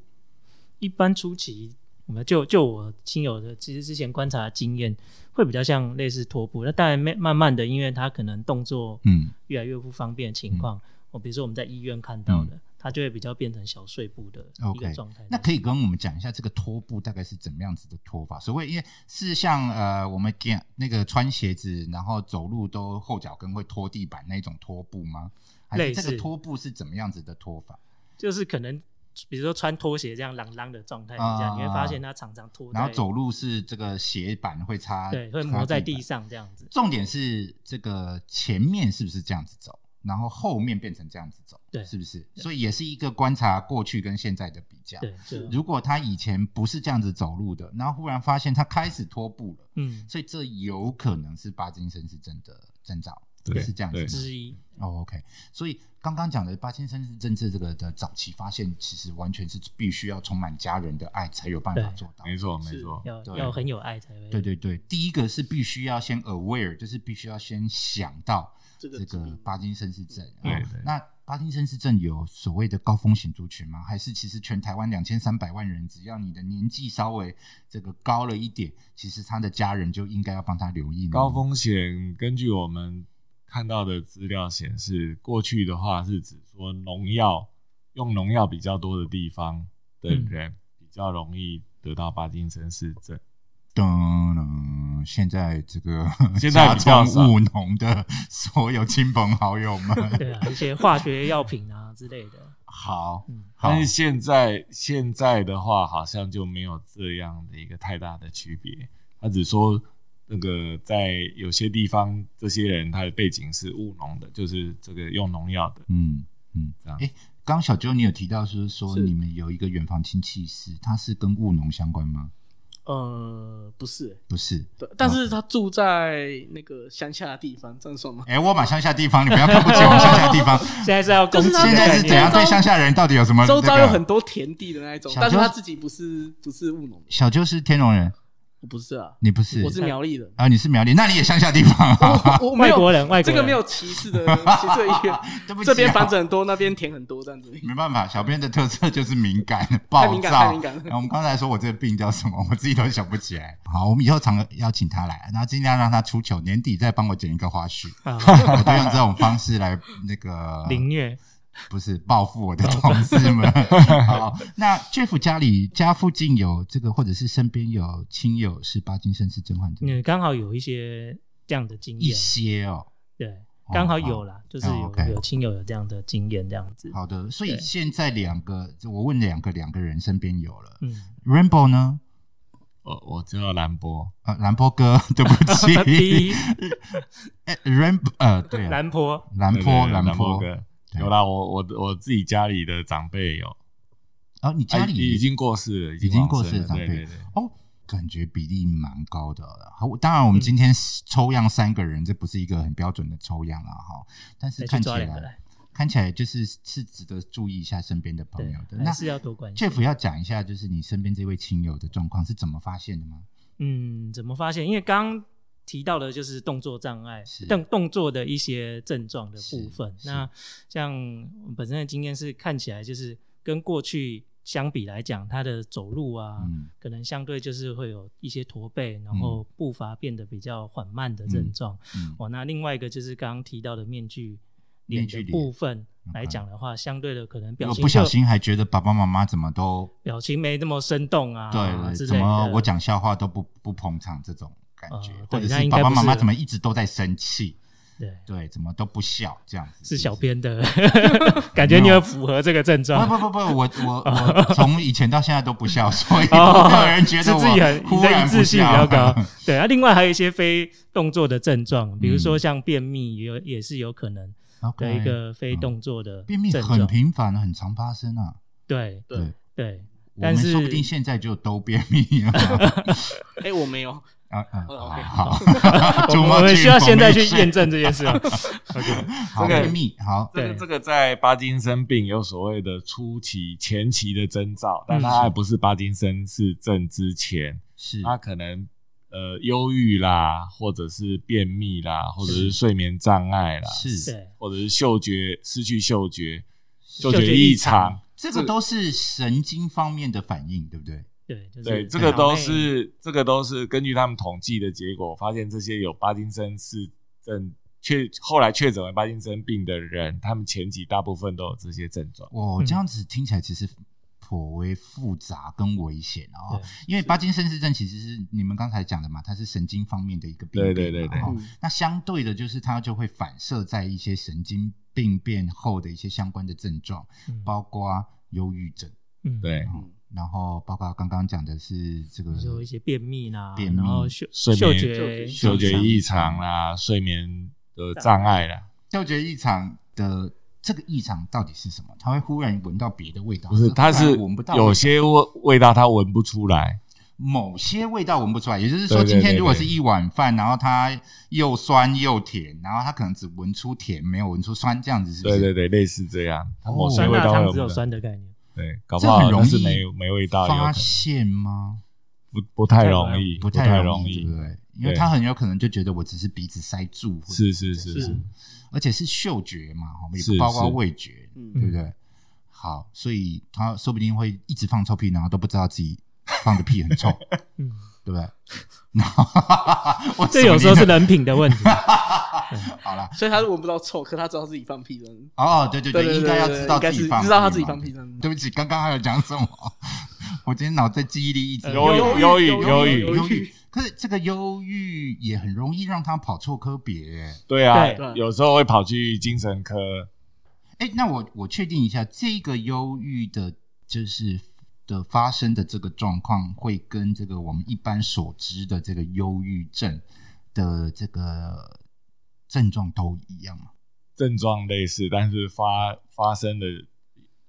一般初期，我们就就我亲友的，其实之前观察的经验会比较像类似拖步。那当然，慢慢慢的，因为他可能动作
嗯，
越来越不方便的情况，我、比如说我们在医院看到的，他就会比较变成小碎步的一
嗯 OK
个状态。
那可以跟我们讲一下这个拖步大概是怎么样子的拖法？所谓因为是像呃我们讲那个穿鞋子然后走路都后脚跟会拖地板那种拖步吗？还是
类
这
似
个拖步是怎么样子的拖法？
就是可能比如说穿拖鞋这样啷啷的状态底下，
啊
你会发现他常常拖在，
然后走路是这个鞋板会擦，
对，会磨在地
擦板。
上这样子。
重点是这个前面是不是这样子走，然后后面变成这样子走，
对
是不是？所以也是一个观察过去跟现在的比较。
对，就
如果他以前不是这样子走路的，然后忽然发现他开始拖步了，
嗯
所以这有可能是帕金森氏症的征兆，
对
是这样子
对
吗。
之一，
哦，OK，所以刚刚讲的帕金森氏症这个的早期发现，其实完全是必须要充满家人的爱才有办法
对
做到。
没错没
是
错，
要
对
要很有爱才会。
对对对，第一个是必须要先 aware，就是必须要先想到
这个
这
疾
个
病
帕金森氏症。
对
哦
对
那帕金森氏症有所谓的高风险族群吗？还是其实全台湾两千三百万人，只要你的年纪稍微这个高了一点，其实他的家人就应该要帮他留意呢
高风险，根据我们看到的资料显示，过去的话是指说农药用农药比较多的地方的人、比较容易得到帕金森氏症。
噔噔，现在这个
现在
家
比较
中
少
务农的所有亲朋好友 们，
对啊，一些化学药品啊之类的。
好
嗯，
好
但是现在现在的话，好像就没有这样的一个太大的区别。他只说那个在有些地方，这些人他的背景是务农的，就是这个用农药的
嗯嗯。
这样。
诶刚小周你有提到是说
是
你们有一个远房亲戚是，他是跟务农相关吗？
呃，不是、
不是。
对，但是他住在那个乡下的地方，这样算吗？
哎，我把乡下地方，你不要看不起我们乡下地方。
现在是要攻击
就是
的
他
现在
概
是怎样
念，
对啊乡下人到底有什么？
周遭有很多田地的那一种，
小
但是
周
他自己不是不是务农的，
小舅是天龙人，
我不是啊，
你不是？
我是苗栗人。
啊，你是苗栗，那你也乡下地方啊？
我我没
外
有
国人，外国
这
人
个没有歧视的 歧视的意愿，
对不起啊
这边房子很多，那边田很多，这样子。
没办法，小编的特色就是敏感、暴
敏感
躁。嗯
太敏感了
然后我们刚才说我这个病叫什么，我自己都想不起来。好，我们以后常邀请他来，然后尽量让他出糗，年底再帮我剪一个花 絮。
啊，
我都用这种方式来那个
凌虐
不是报复我的同事 们。好，那 Jeff 家里家附近有这个，或者是身边有亲友是帕金森氏症患者，
你刚好有一些这样的经
一
验，
些哦。
对，刚好
哦
有啦，就是
哦
有
，OK
有亲友有这样的经验，这样子，
好的，所以
对
现在两个，我问两个，两个人身边有了。
嗯，
Rainbow 呢？
我呃我知道兰博，
呃，兰波哥， 对不
第
起
一，
哎，Rainbow，呃，对啊，
南坡
兰
对对
波，
对
兰
兰
波
哥
对
有啦，我我我自己家里的长辈有，
哦，你家
啊
里
已经过世了，已
已
经
经
往
过
生
世的
了
长
对
辈
对对
哦，感觉比例蛮高的了。好，当然我们今天抽样三个人，这不是一个很标准的抽样了哈，但是
再哎去
看起
抓两个
来
来，
看起来就是是值得注意一下身边的朋
对
友哦的。，那
还是要多关心。
Jeff 要讲一下，就是你身边这位亲友的状况是怎么发现的吗？
嗯，怎么发现？因为刚刚提到的就是动作障碍
是，
动动作的一些症状的部分。
是是
那像我本身的经验是，看起来就是跟过去相比来讲，他的走路啊，
嗯
可能相对就是会有一些驼背，然后步伐变得比较缓慢的症状。
嗯，
哦，那另外一个就是刚刚提到的面具
面
脸
具
的
脸
部分
OK
来讲的话，相对的可能
如
表
果
情
呃不小
就
心还觉得爸爸妈妈怎么都
表情没那么生动啊，
对
之
对，怎
类的。
么我讲笑话都不不捧场这种感觉
呃，
或
对
者
那
是
应
爸
该
爸
不
妈妈
是
怎么一直都在生气，
对？
对，怎么都不笑这样子，
是
不
小
是
编的感觉，你有符合这个症状。
不不不不，我 我我从以前到现在都不笑，所以
哦
没有人觉
是
得
自己很
我忽
你的
然
一
不
致性比
笑
较高。，对啊，另外还有一些非动作的症状，比如说
嗯
像便秘，也有也是有可能
OK，
的一个非动作的
便秘
症
很
状。
频繁，很常发生啊。
对
对，
对
对，
我
但
们
是
说不定现在就都便秘 了
哎，我没有，
啊啊！
哦
好
，OK
好，
我们我们需要现在去验证这件事啊。OK，
好
这个
便秘，好
这个
对
这个在帕金森病有所谓的初期、前期的征兆，但
嗯
它还不是帕金森氏症之前，
是
它可能呃忧郁啦，或者是便秘啦，或者是睡眠障碍啦，
是，
对，
或者是嗅觉失去嗅觉、嗅
觉
觉
异
异
常
常，
这个都是神经方面的反应，对不对？
对，就是
对，这
脑
个都
内
是这个都是根据他们统计的结果，发现这些有帕金森氏症确后来确诊为帕金森病的人，他们前几大部分都有这些症状。
哦，
嗯
这样子听起来其实颇为复杂跟危险哦
对。
因为帕金森氏症其实是你们刚才讲的嘛，它是神经方面的一个病
对
变
对对
嘛
对
哦
嗯
那相对的，就是它就会反射在一些神经病变后的一些相关的症状，
嗯
包括忧郁症，
嗯，
对，
嗯，
然后包括刚刚讲的是这个
比如说一些便秘啦，
便秘
然后嗅
睡
嗅
眠
觉
嗅觉异常啦，睡眠的障碍啦，
嗅觉异常的。这个异常到底是什么？它会忽然闻到别的味道，
不是，
它
它是
闻不到
有
味
些味味道它闻不出来，
某些味道闻不出来，也就是说，
对对
今天
对
如果
对
是一碗饭，然后它又酸又甜，然后它可能只闻出甜，没有闻出酸，这样子是不
对
是？
对对，类似这样，它
哦
某些
酸
味
辣
道会
汤
闻
只有
不到，
酸的概念，
对，搞不
这很
好
容
但是
易
没没味道，有可
发
能
现吗？
不不太容易，
不
太
太容
易
对不，对？因为
对
他很有可能就觉得我只是鼻子塞住，或者
是是是
是
是，
而且是嗅觉嘛，我们也
是
不包括
是
味觉，
嗯
对不对？好，所以他说不定会一直放臭屁，然后都不知道自己放的屁很 臭，
嗯，
对不对？然后 我
这有时候是
的，
人品 的问题。
好了。
所以他是闻不到臭，可他知道自己放屁了。
哦，对对
对对
应该要知道
对
自
对
己
应
放屁嘛，
该是知道他自己放屁这样子
对不起，刚刚还有讲什么？ 我今天脑袋记忆力一直
忧郁
呃忧
忧
郁
郁
忧
忧
郁
郁
忧郁
忧郁，可是这个忧郁也很容易让他跑错科别。
对啊
对，
有时候会跑去精神科，
哎，那我我确定一下，这个忧郁的，就是的发生的这个状况，会跟这个我们一般所知的这个忧郁症的这个症状都一样吗？
症状类似，但是发发生的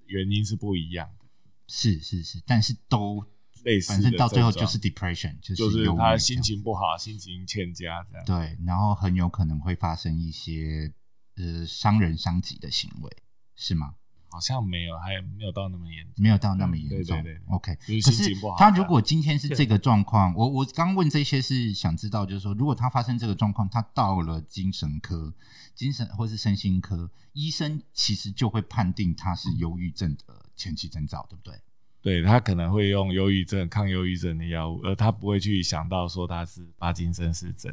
原因是不一样的，
是是是，但是都
类似
反
的
正到最后就
症
是
状
depression，就是
就是
忧郁
他
这
心
样
情不好，心情欠佳这样。
对，然后很有可能会发生一些呃伤人伤己的行为，是吗？
好像没有，还没有到那么严重。
没有到那么严重。
嗯对对对
OK，
就是
可
心
是
情不好
他如果今天是这个状况，我我刚问这些是想知道，就是说，如果他发生这个状况，他到了精神科、精神或是身心科，医生其实就会判定他
嗯
是忧郁症的前期征兆，对不对？
对他可能会用忧郁症、抗忧郁症的药物，而他不会去想到说他是帕金森氏症。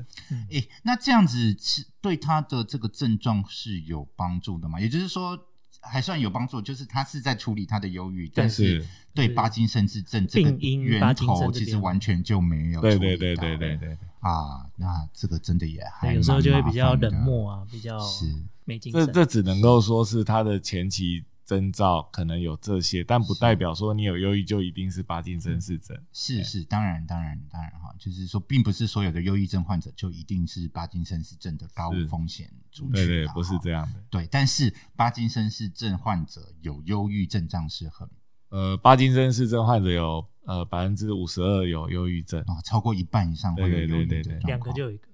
诶，那这样子是对他的这个症状是有帮助的吗？也就是说。还算有帮助，就是他是在处理他的忧郁，但是
是
对
是
帕金森氏症这个
病因
源
帕金森
头
这
其实
边
完全就没有处理
对
到。
对对对对对，
啊，那这个真的也还
对有时候就会
哎蛮麻
比较
烦的
冷漠啊，比较
是
没精
这
神。
这只能够说是他的前期征兆可能有这些，但不代表说你有忧郁就一定是帕金森氏症。
是是，当然当然当然哈，就是说，并不是所有的忧郁症患者就一定是帕金森氏症的高
是
风险族群啊，
对对，不是
哈
这样的。
对，但是帕金森氏症患者有忧郁症状是很
呃，帕金森氏症患者有呃百分之五十二有忧郁症，
啊，超过一半以上会有
对对
忧
对
郁
对
的
对
状
两个
况
就有一个，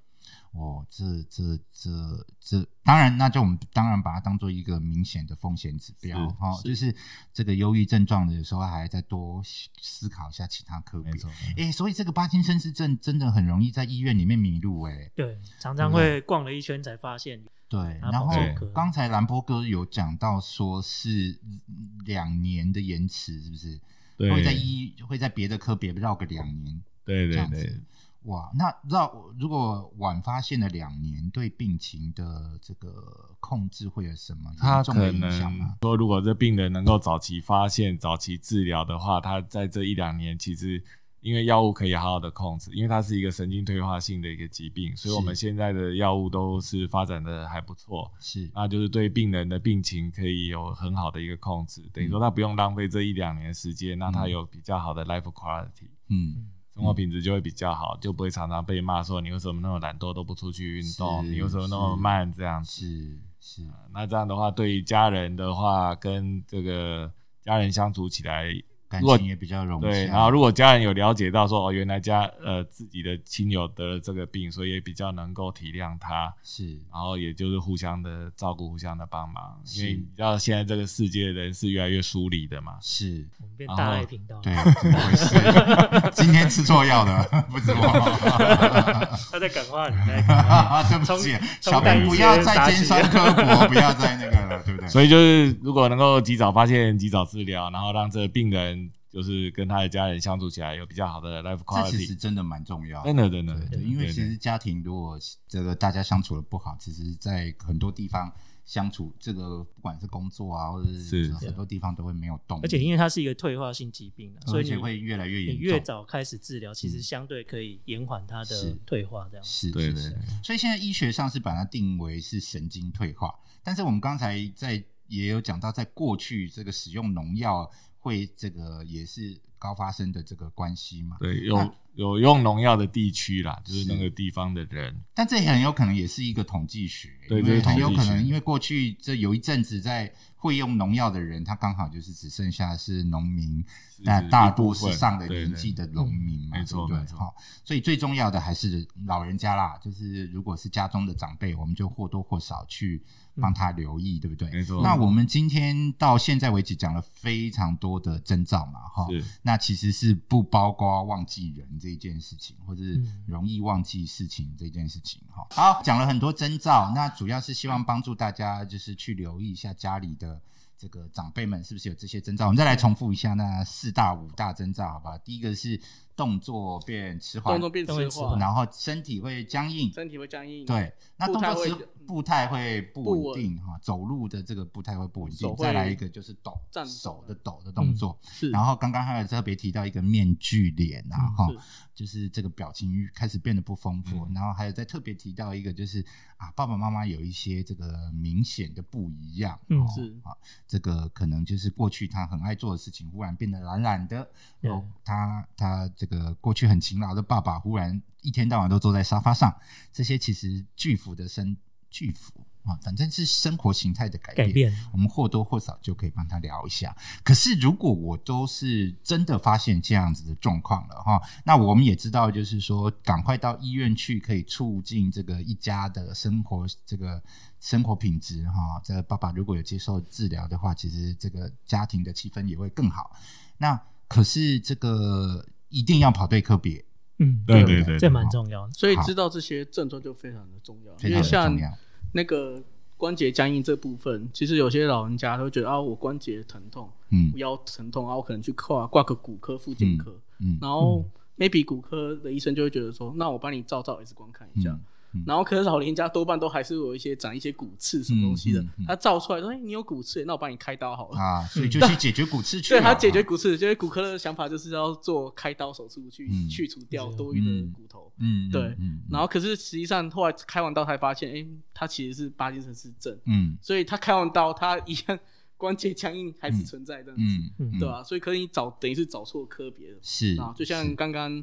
哦，这这这这，当然，那就我们当然把它当做一个明显的风险指标
是
哈、哦，就是这个忧郁症状的，有时候还再多思思考一下其他科别
没。错。
哎、所以这个帕金森氏症真的很容易在医院里面迷路哎、诶
对，常常会逛了一圈才发现，
对，
啊
然后
对
刚才兰波哥有讲到说是嗯两年的延迟，是不是？
对
会在医会在别的科别绕个两年
对
这
对
样
对
子。。哇，那绕如果晚发现了两年，对病情的这个控制会有什么
他
严重
可
的影响
能
吗？
说，如果这病人能够早期发现、早期治疗的话，他在这一两年其实因为药物可以好好的控制，因为它是一个神经退化性的一个疾病，所以
是
我们现在的药物都是发展的还不错，
是
那就是对病人的病情可以有很好的一个控制，等于
嗯
说他不用浪费这一两年时间，那他有比较好的 life quality。
嗯，
生活品质就会比较好，就不会常常被骂说你为什么那么懒惰都不出去运动，
是
你为什么那么
是
慢这样子。
是是，
那这样的话，对于家人的话，跟这个家人相处起来，
感
如果
情也比较融洽。
对，然后如果家人有了解到说，哦，原来家呃自己的亲友得了这个病，所以也比较能够体谅他，
是
然后也就是互相的照顾，互相的帮忙，因为
是
你知道现在这个世界人是越来越疏离的嘛，
是，
我们变
然
大
后
爱频道，
对，怎么回事？ 今天吃错药的，不是我。
他在感化你，在感化你
对不起，
从
小
从
明
一
不
些
要再
杂
尖
质
酸刻薄，不要再那个了，对不对？
所以就是如果能够及早发现、及早治疗，然后让这个病人就是跟他的家人相处起来有比较好的 life
这其实
quality，
真的蛮重要的
真。的真的，
对，因为
对
其实家庭如果这个大家相处的不好，其实，在很多地方相处，这个不管是工作啊，或者
是
很多地方都会没有动力，呃
而且因为它是一个退化性疾病啊，所
而
以
且
你
会越来越
你
严重。
越早开始治疗，其实相对可以延缓它
是
的退化，这样
是，
对
是
对
是
对
所以现在医学上是把它定为是神经退化，但是我们刚才在也有讲到，在过去这个使用农药会这个也是高发生的这个关系嘛。
对，有
那
有用农药的地区啦，就是
是
那个地方的人，
但这也很有可能也是一个统计学，
对
因
这
为
是
很
统计
有可
学
能，因为过去这有一阵子在会用农药的人，他刚好就是只剩下是农民，那大多是上了年纪的农民嘛，
对对嗯没错
对不
没
对？
错
哈，所以最重要的还是老人家啦，就是如果是家中的长辈，我们就或多或少去帮他留意，对不对？
嗯没错
那我们今天到现在为止讲了非常多的征兆嘛，哈，
是
那其实是不包括忘记人这件事情，或是
嗯
容易忘记事情这件事情哈。好，讲了很多征兆，那主要是希望帮助大家就是去留意一下家里的。这个长辈们是不是有这些征兆？我们再来重复一下那四大五大征兆，好吧？第一个是动作变迟缓
动，作变
动
迟
作变迟
缓，
然后身体会僵硬，
身体会僵硬，，
对，那动
步态
作
会
迟步态会不稳定哈，走路的这个步态会不稳定。
手会
再来一个就是抖
站不
手
稳
的抖的动作，
是，
然后刚刚还有特别提到一个面具脸啊，
嗯
哈、
是
就是这个表情开始变得不丰富。然后还有再特别提到一个，就是啊，爸爸妈妈有一些这个明显的不一样，
嗯
哦
是
啊，这个可能就是过去他很爱做的事情，忽然变得懒懒的。
对
哦，他他这个过去很勤劳的爸爸，忽然一天到晚都坐在沙发上，这些其实巨幅的身巨幅。啊，反正是生活形态的改
改
变。
变，
我们或多或少就可以帮他聊一下。可是如果我都是真的发现这样子的状况了哈，那我们也知道，就是说赶快到医院去，可以促进这个一家的生活这个生活品质哈。这个爸爸如果有接受治疗的话，其实这个家庭的气氛也会更好。那可是这个一定要跑对科别，
嗯，
对
对
对
对
对，
这蛮重要的。
所以知道这些症状就非常的重要，
非
因
常
为
的
像
重要。
那个关节僵硬这部分，其实有些老人家都会觉得啊，我关节疼痛、
嗯
腰疼痛啊，我可能去挂挂个骨科、附件科，
嗯
然后 maybe 骨科的医生就会觉得说，那我帮你照照 X 光看一下。
嗯嗯
然后，可是老人家多半都还是有一些长一些骨刺什么东西的，
嗯嗯嗯
他照出来说：“哎，你有骨刺，那我帮你开刀好了。
啊，所以就去解决骨刺去
嗯对
了。
他解决骨刺，就是骨科的想法就是要做开刀手术去、
嗯
去除掉多余的
嗯
骨头。
嗯，嗯，
对
嗯嗯
然后可是实际上后来开完刀才发现，哎、他其实是帕金森氏症，
嗯
所以他开完刀他一样关节僵硬还是存在的，
嗯嗯，
对吧、啊所以可以你找等于是找错科别了
是
啊，就像
是
刚刚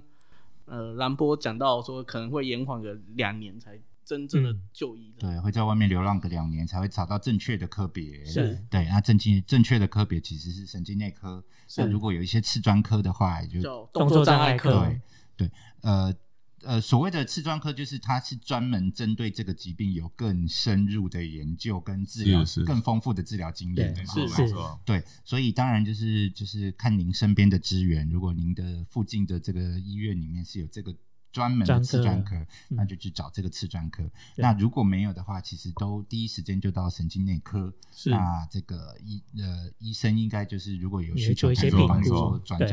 呃兰波讲到说，可能会延缓个两年才真正的
嗯
就医的。
对，啊会在外面流浪个两年才会找到正确的科别。
是
对，那正经正确的科别其实是神经内科。那如果有一些次专科的话，也就
叫
动
动
作
作
障
障
碍
碍
科
科，
对对，呃呃，所谓的次专科就是它是专门针对这个疾病有更深入的研究跟治疗
是是，
更丰富的治疗经验。
对
没错
是
没错，
对，所以当然就是就是看您身边的资源，如果您的附近的这个医院里面是有这个专门的
专
次
科
专科，
嗯
那就去找这个次专科。
对
那如果没有的话，其实都第一时间就到神经内科。
是
啊
那这个医呃医生应该就是如果有
也
需求，
做一
他
些
就
评
帮
估
做转诊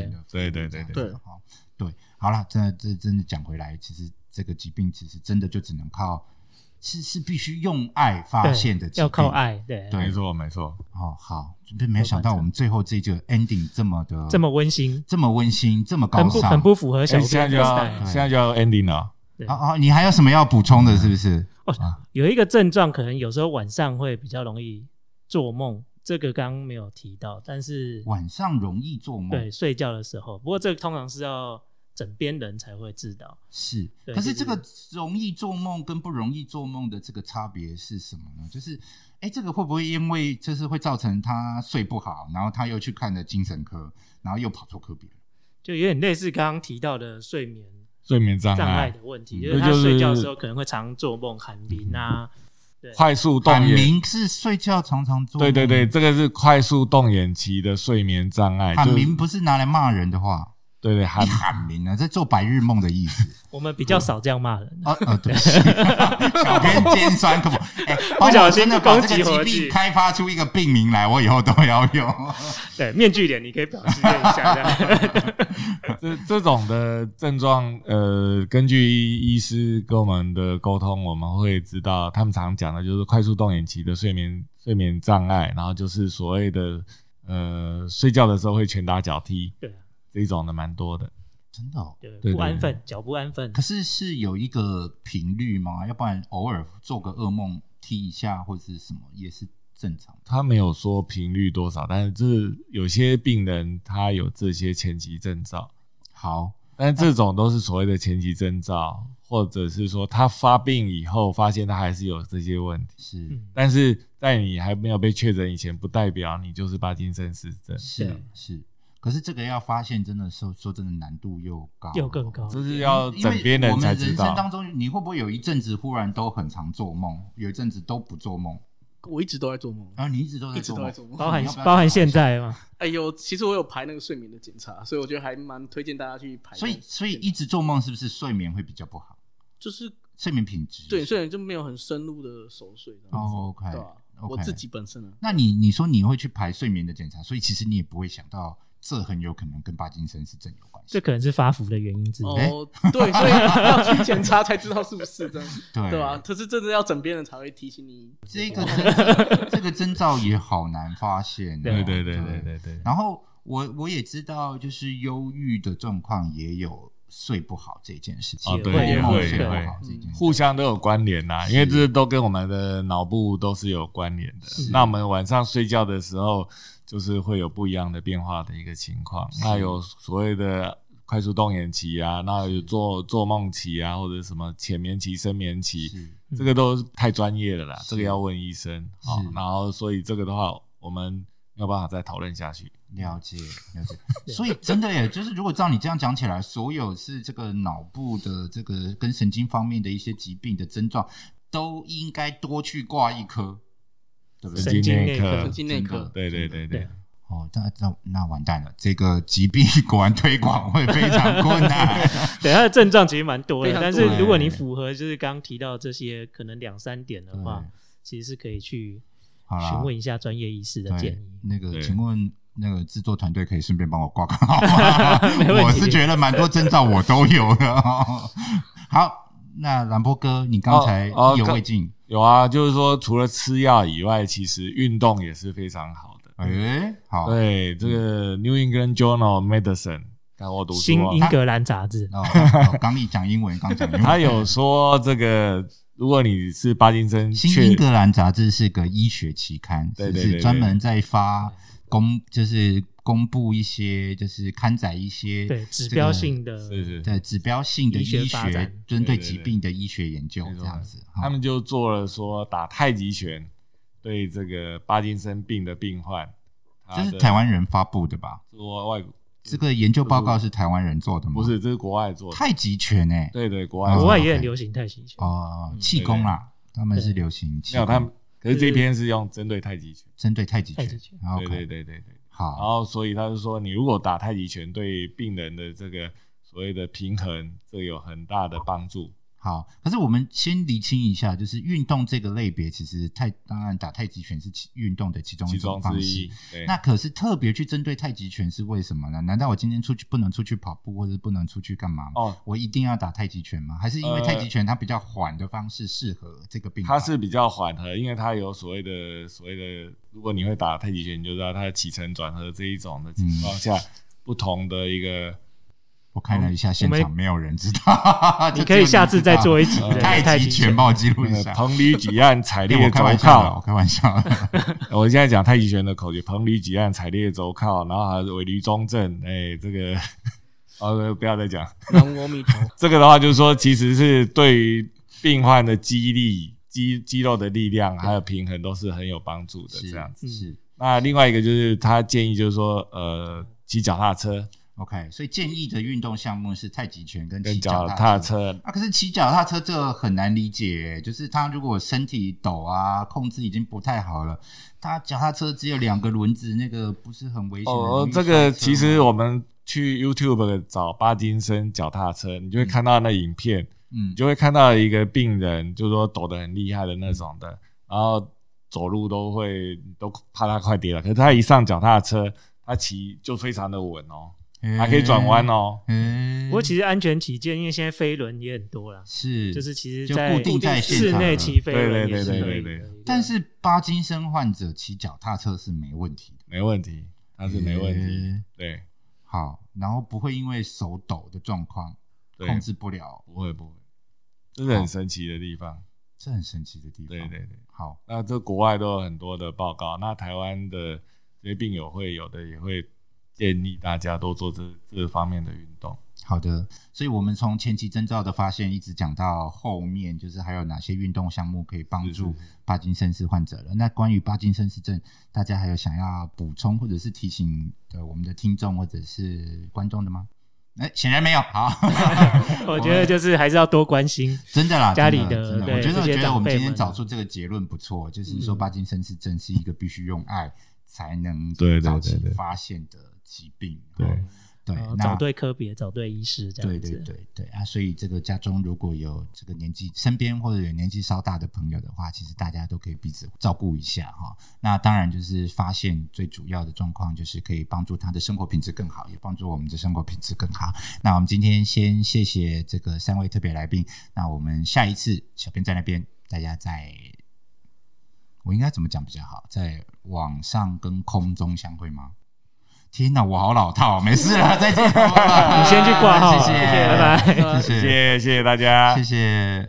的。
对
对
对对对
对
好，对，好了，这这真的讲回来，其实这个疾病其实真的就只能靠。是是必须用爱发
对
现的疾病，
要靠爱，对，
对
没错没错，
哦，好，真没有想到我们最后这个 ending 这么的
这么温馨，
这么温馨，这么
很
高
不
尚。
很不符合小
哎，现在
编
就
的
要
style
现在就要 ending 了，
对
啊啊！你还有什么要补充的？是不是？
有一个症状，可能有时候晚上会比较容易做梦，这个刚刚没有提到，但是
晚上容易做梦，
对睡觉的时候，不过这个通常是要枕边人才会知道。
是。
对
可是
就
这
是
个容易做梦跟不容易做梦的这个差别是什么呢？就是，哎，这个会不会因为就是会造成他睡不好，然后他又去看了精神科，然后又跑错科别了？
就有点类似刚刚提到的睡眠
睡眠障
障碍
碍
的，问
嗯
题，就
那
是他
就是嗯
睡觉的时候可能会常做梦、喊鸣啊，对
快速动
短
眼，
明是睡觉常常做
对
梦，
对对，，这个是快速动眼期的睡眠障碍，
喊
就
明不是拿来骂人的话，
对对
你
喊
喊明啊，在做白日梦的意思。
我们比较少这样骂人。
啊呃，对不起， 小编尖酸刻薄，哎、
不
帮
小心
我真的把这
攻击
个
回
疾
去
病开发出一个病名来，我以后都要用。
对，面具脸你可以表示一下，这样
这这种的症状，呃，根据医医师跟我们的沟通，我们会知道他们常讲的就是快速动眼期的睡眠睡眠障碍，然后就是所谓的呃睡觉的时候会拳打脚踢
对啊
这种的蛮多的，
真的、哦，
对，
对
不安分，脚不安分
可，是是有一个频率吗？要不然偶尔做个噩梦踢一下或是什么也是正常的。
他没有说频率多少，但是这有些病人他有这些前期征兆，
好，
但这种都是所谓的前期征兆，或者是说他发病以后发现他还是有这些问题。
是、
嗯，
但是在你还没有被确诊以前，不代表你就是帕金森氏症，
是
对啊
是，可是这个要发现真的说说真的难度又高
又更高。
这是要
因为
枕边人才
我们
知
人生当
道。
中，你会不会有一阵子忽然都很常做梦，有一阵子都不做梦，
我一直都在做梦，
然后你一直都在
一直
做
都在
梦？
做梦。
包含
你要不要
包含
讲一
现
下
在嘛，
哎呦，其实我有排那个睡眠的检查，所以我觉得还蛮推荐大家去排那个
所
检
以
查。
所以一直做梦是不是睡眠会比较不好？
就是
睡眠品质
对，虽然就没有很深入的熟睡这样子。
哦，OK，
对吧？
OK
我自己本身呢，啊
那你你说你会去排睡眠的检查，所以其实你也不会想到这很有可能跟帕金森氏症有关系
这，可能是发福的原因之一。
哦，
哎
对，所以 要去检查才知道是不是这样，
对
对啊吧？可是真的要枕边人才会提 醒你，
这个征 这个征兆也好难发现哦、
对对对对对对，
然后我我也知道，就是忧郁的状况也有睡不好这件事情，
哦对
做
也
梦
会
睡
对
不好这件事
互相都有关联呐、因为这都跟我们的脑部都是有关联的。那我们晚上睡觉的时候，就是会有不一样的变化的一个情况。那有所谓的快速动眼期啊，那有做做梦期啊，或者什么浅眠期、深眠期，
是
这个都太专业了啦，这个要问医生。好、
是
然后所以这个的话，我们没有办法再讨论下去。
了 解了解，所以真的耶，就是如果照你这样讲起来，所有是这个脑部的这个跟神经方面的一些疾病的症状，都应该多去挂一科，对不对？
神经内科
神经内科
对对对对
对，
哦，那那那完蛋了，这个疾病果然推广会非常困难。
对，它的症状其实蛮多的
非，常
但
多
是
哎
如果你符合就是刚刚提到这些可能两三点的话
对，
其实是可以去
好啦
询问一下专业医师的建
对
议。，
那个，
对
请问那个制作团队可以顺便帮我挂个号 吗
没问？题
我是觉得蛮多征兆我都有的、 哦。好，那兰波哥，你刚才
哦哦
意犹
刚
未尽，
有啊，就是说除了吃药以外，其实运动也是非常好的。
哎、好，
嗯对，这个 New England Journal of Medicine，看我读书
新
啊
英格兰杂志，
哦，哦刚你讲英文，刚讲英文。
他有说这个，如果你是帕金森
新
确
英格兰杂志是个医学期刊，
对
是
对对
是
对
专门在发公，就是公布一些，就是刊载一些
对指标性的，
是是，
的指标性的
医学
医
发展
学，针对
对对
疾
对
病的医学研究
没错
这样子。
他们就做了说打太极拳对这个帕金森病的病患，
哦
他
这是
的
台湾人发布的吧？
说外国
这个研究报告是台湾人做的吗？
嗯不，是，这是国外做的，
太极拳诶，
对对，国外
国
做的
外也很流行太极拳。
哦，
嗯
气功啦，他们是流行气
没有
功，
他们，可是这篇是用针对太极拳，
针对太极拳啊
太极拳。
OK，
对对对对对。然
好，
后所以他就说，你如果打太极拳，对病人的这个所谓的平衡，这有很大的帮助。
好，可是我们先厘清一下，就是运动这个类别，其实太当然打太极拳是其运动的其中一
其
种
中
方
之
式
一。。对，
那可是特别去针对太极拳是为什么呢？难道我今天出去不能出去跑步，或者不能出去干嘛吗？
哦，
我一定要打太极拳吗？还是因为
呃
太极拳它比较缓的方式适合这个病法？
它是比较缓和，因为它有所谓的所谓的，如果你会打太极拳，你就知道它的起承转合这一种的情
嗯
况下，不同的一个
我看了一下现
我
场，
们
没有人知 道。
你可以下次再做
一
一集 的
太极
极拳
拳，帮我记录
那
一
个
下。
彭吕 举案采
哎我
列
开
肘
玩笑的，我
靠。
开玩 笑的。
我现在讲太极拳的口诀：彭吕举案采列肘靠，然后还有尾闾中正。哎，这个 哦，不要再讲。
南无阿弥陀佛。
这个的话，就是说，其实是对于病患的肌力、肌肌肉的力量还有平衡都是很有帮助的。这样子。
是是
那另外一个就是他建议，就是说，呃，骑脚踏车
OK，所以建议的运动项目是太极拳跟骑
跟
脚
脚踏
车。
车，
啊，可是骑脚踏车这很难理解，就是他如果身体抖啊，控制已经不太好了，他脚踏车只有两个轮子，那个不是很啊危险的
哦
容，易
这个
摔车
其实我们去 YouTube 找巴金森脚踏车，你就会看到那影片，
嗯
你就会看到一个病人，就是说抖得很厉害的那种的，然后走路都会都怕他快跌了，可是他一上脚踏车，他骑就非常的稳哦，还可以转弯。哦。
嗯，
不过其实安全起见，因为现在飞轮也很多啦，
是
就是其实
就
在
固定在现
室
场
内
了
骑飞轮也
对对
是
对
可
对
以
对
的
对。
但是巴金森患者骑脚踏车是没问题的，
没问题，他是没问题，
诶
对
好，然后不会因为手抖的状况
对，
控制不了，
不会不会，这是很神奇的地方。
这很神奇的地方。
对对对，
好，
那这国外都有很多的报告，那台湾的这些病友会有的也会建议大家多做这这方面的运动。
好的，所以我们从前期征兆的发现一直讲到后面，就是还有哪些运动项目可以帮助
是是是
帕金森氏患者了。那关于帕金森氏症，大家还有想要补充或者是提醒的我们的听众或者是观众的吗？哎，显然没有。好，
我觉得就是还是要多关心。
真的啦，
家里
真的，
的
真的
对
我觉得
这
我
些
觉得
长
我们
辈
今天
们
找出这个结论不错，就是说
嗯
帕金森氏症是一个必须用爱才能
对对
早期
对对
发现的疾病。
对
哦对
然后，
那
呃找对科别，找对医师，这样
对
子。
对对对啊！所以这个家中如果有这个年纪身边或者有年纪稍大的朋友的话，其实大家都可以彼此照顾一下哈、那当然就是发现最主要的状况，就是可以帮助他的生活品质更好，也帮助我们的生活品质更好。那我们今天先谢谢这个三位特别来宾，那我们下一次小编在那边，大家在。我应该怎么讲比较好？在网上跟空中相会吗？天哪，我好老套，啊没事了，再见。
你
你
先去挂号，
谢谢，
拜
谢谢，
拜。
谢谢谢谢大家，
嗯谢谢。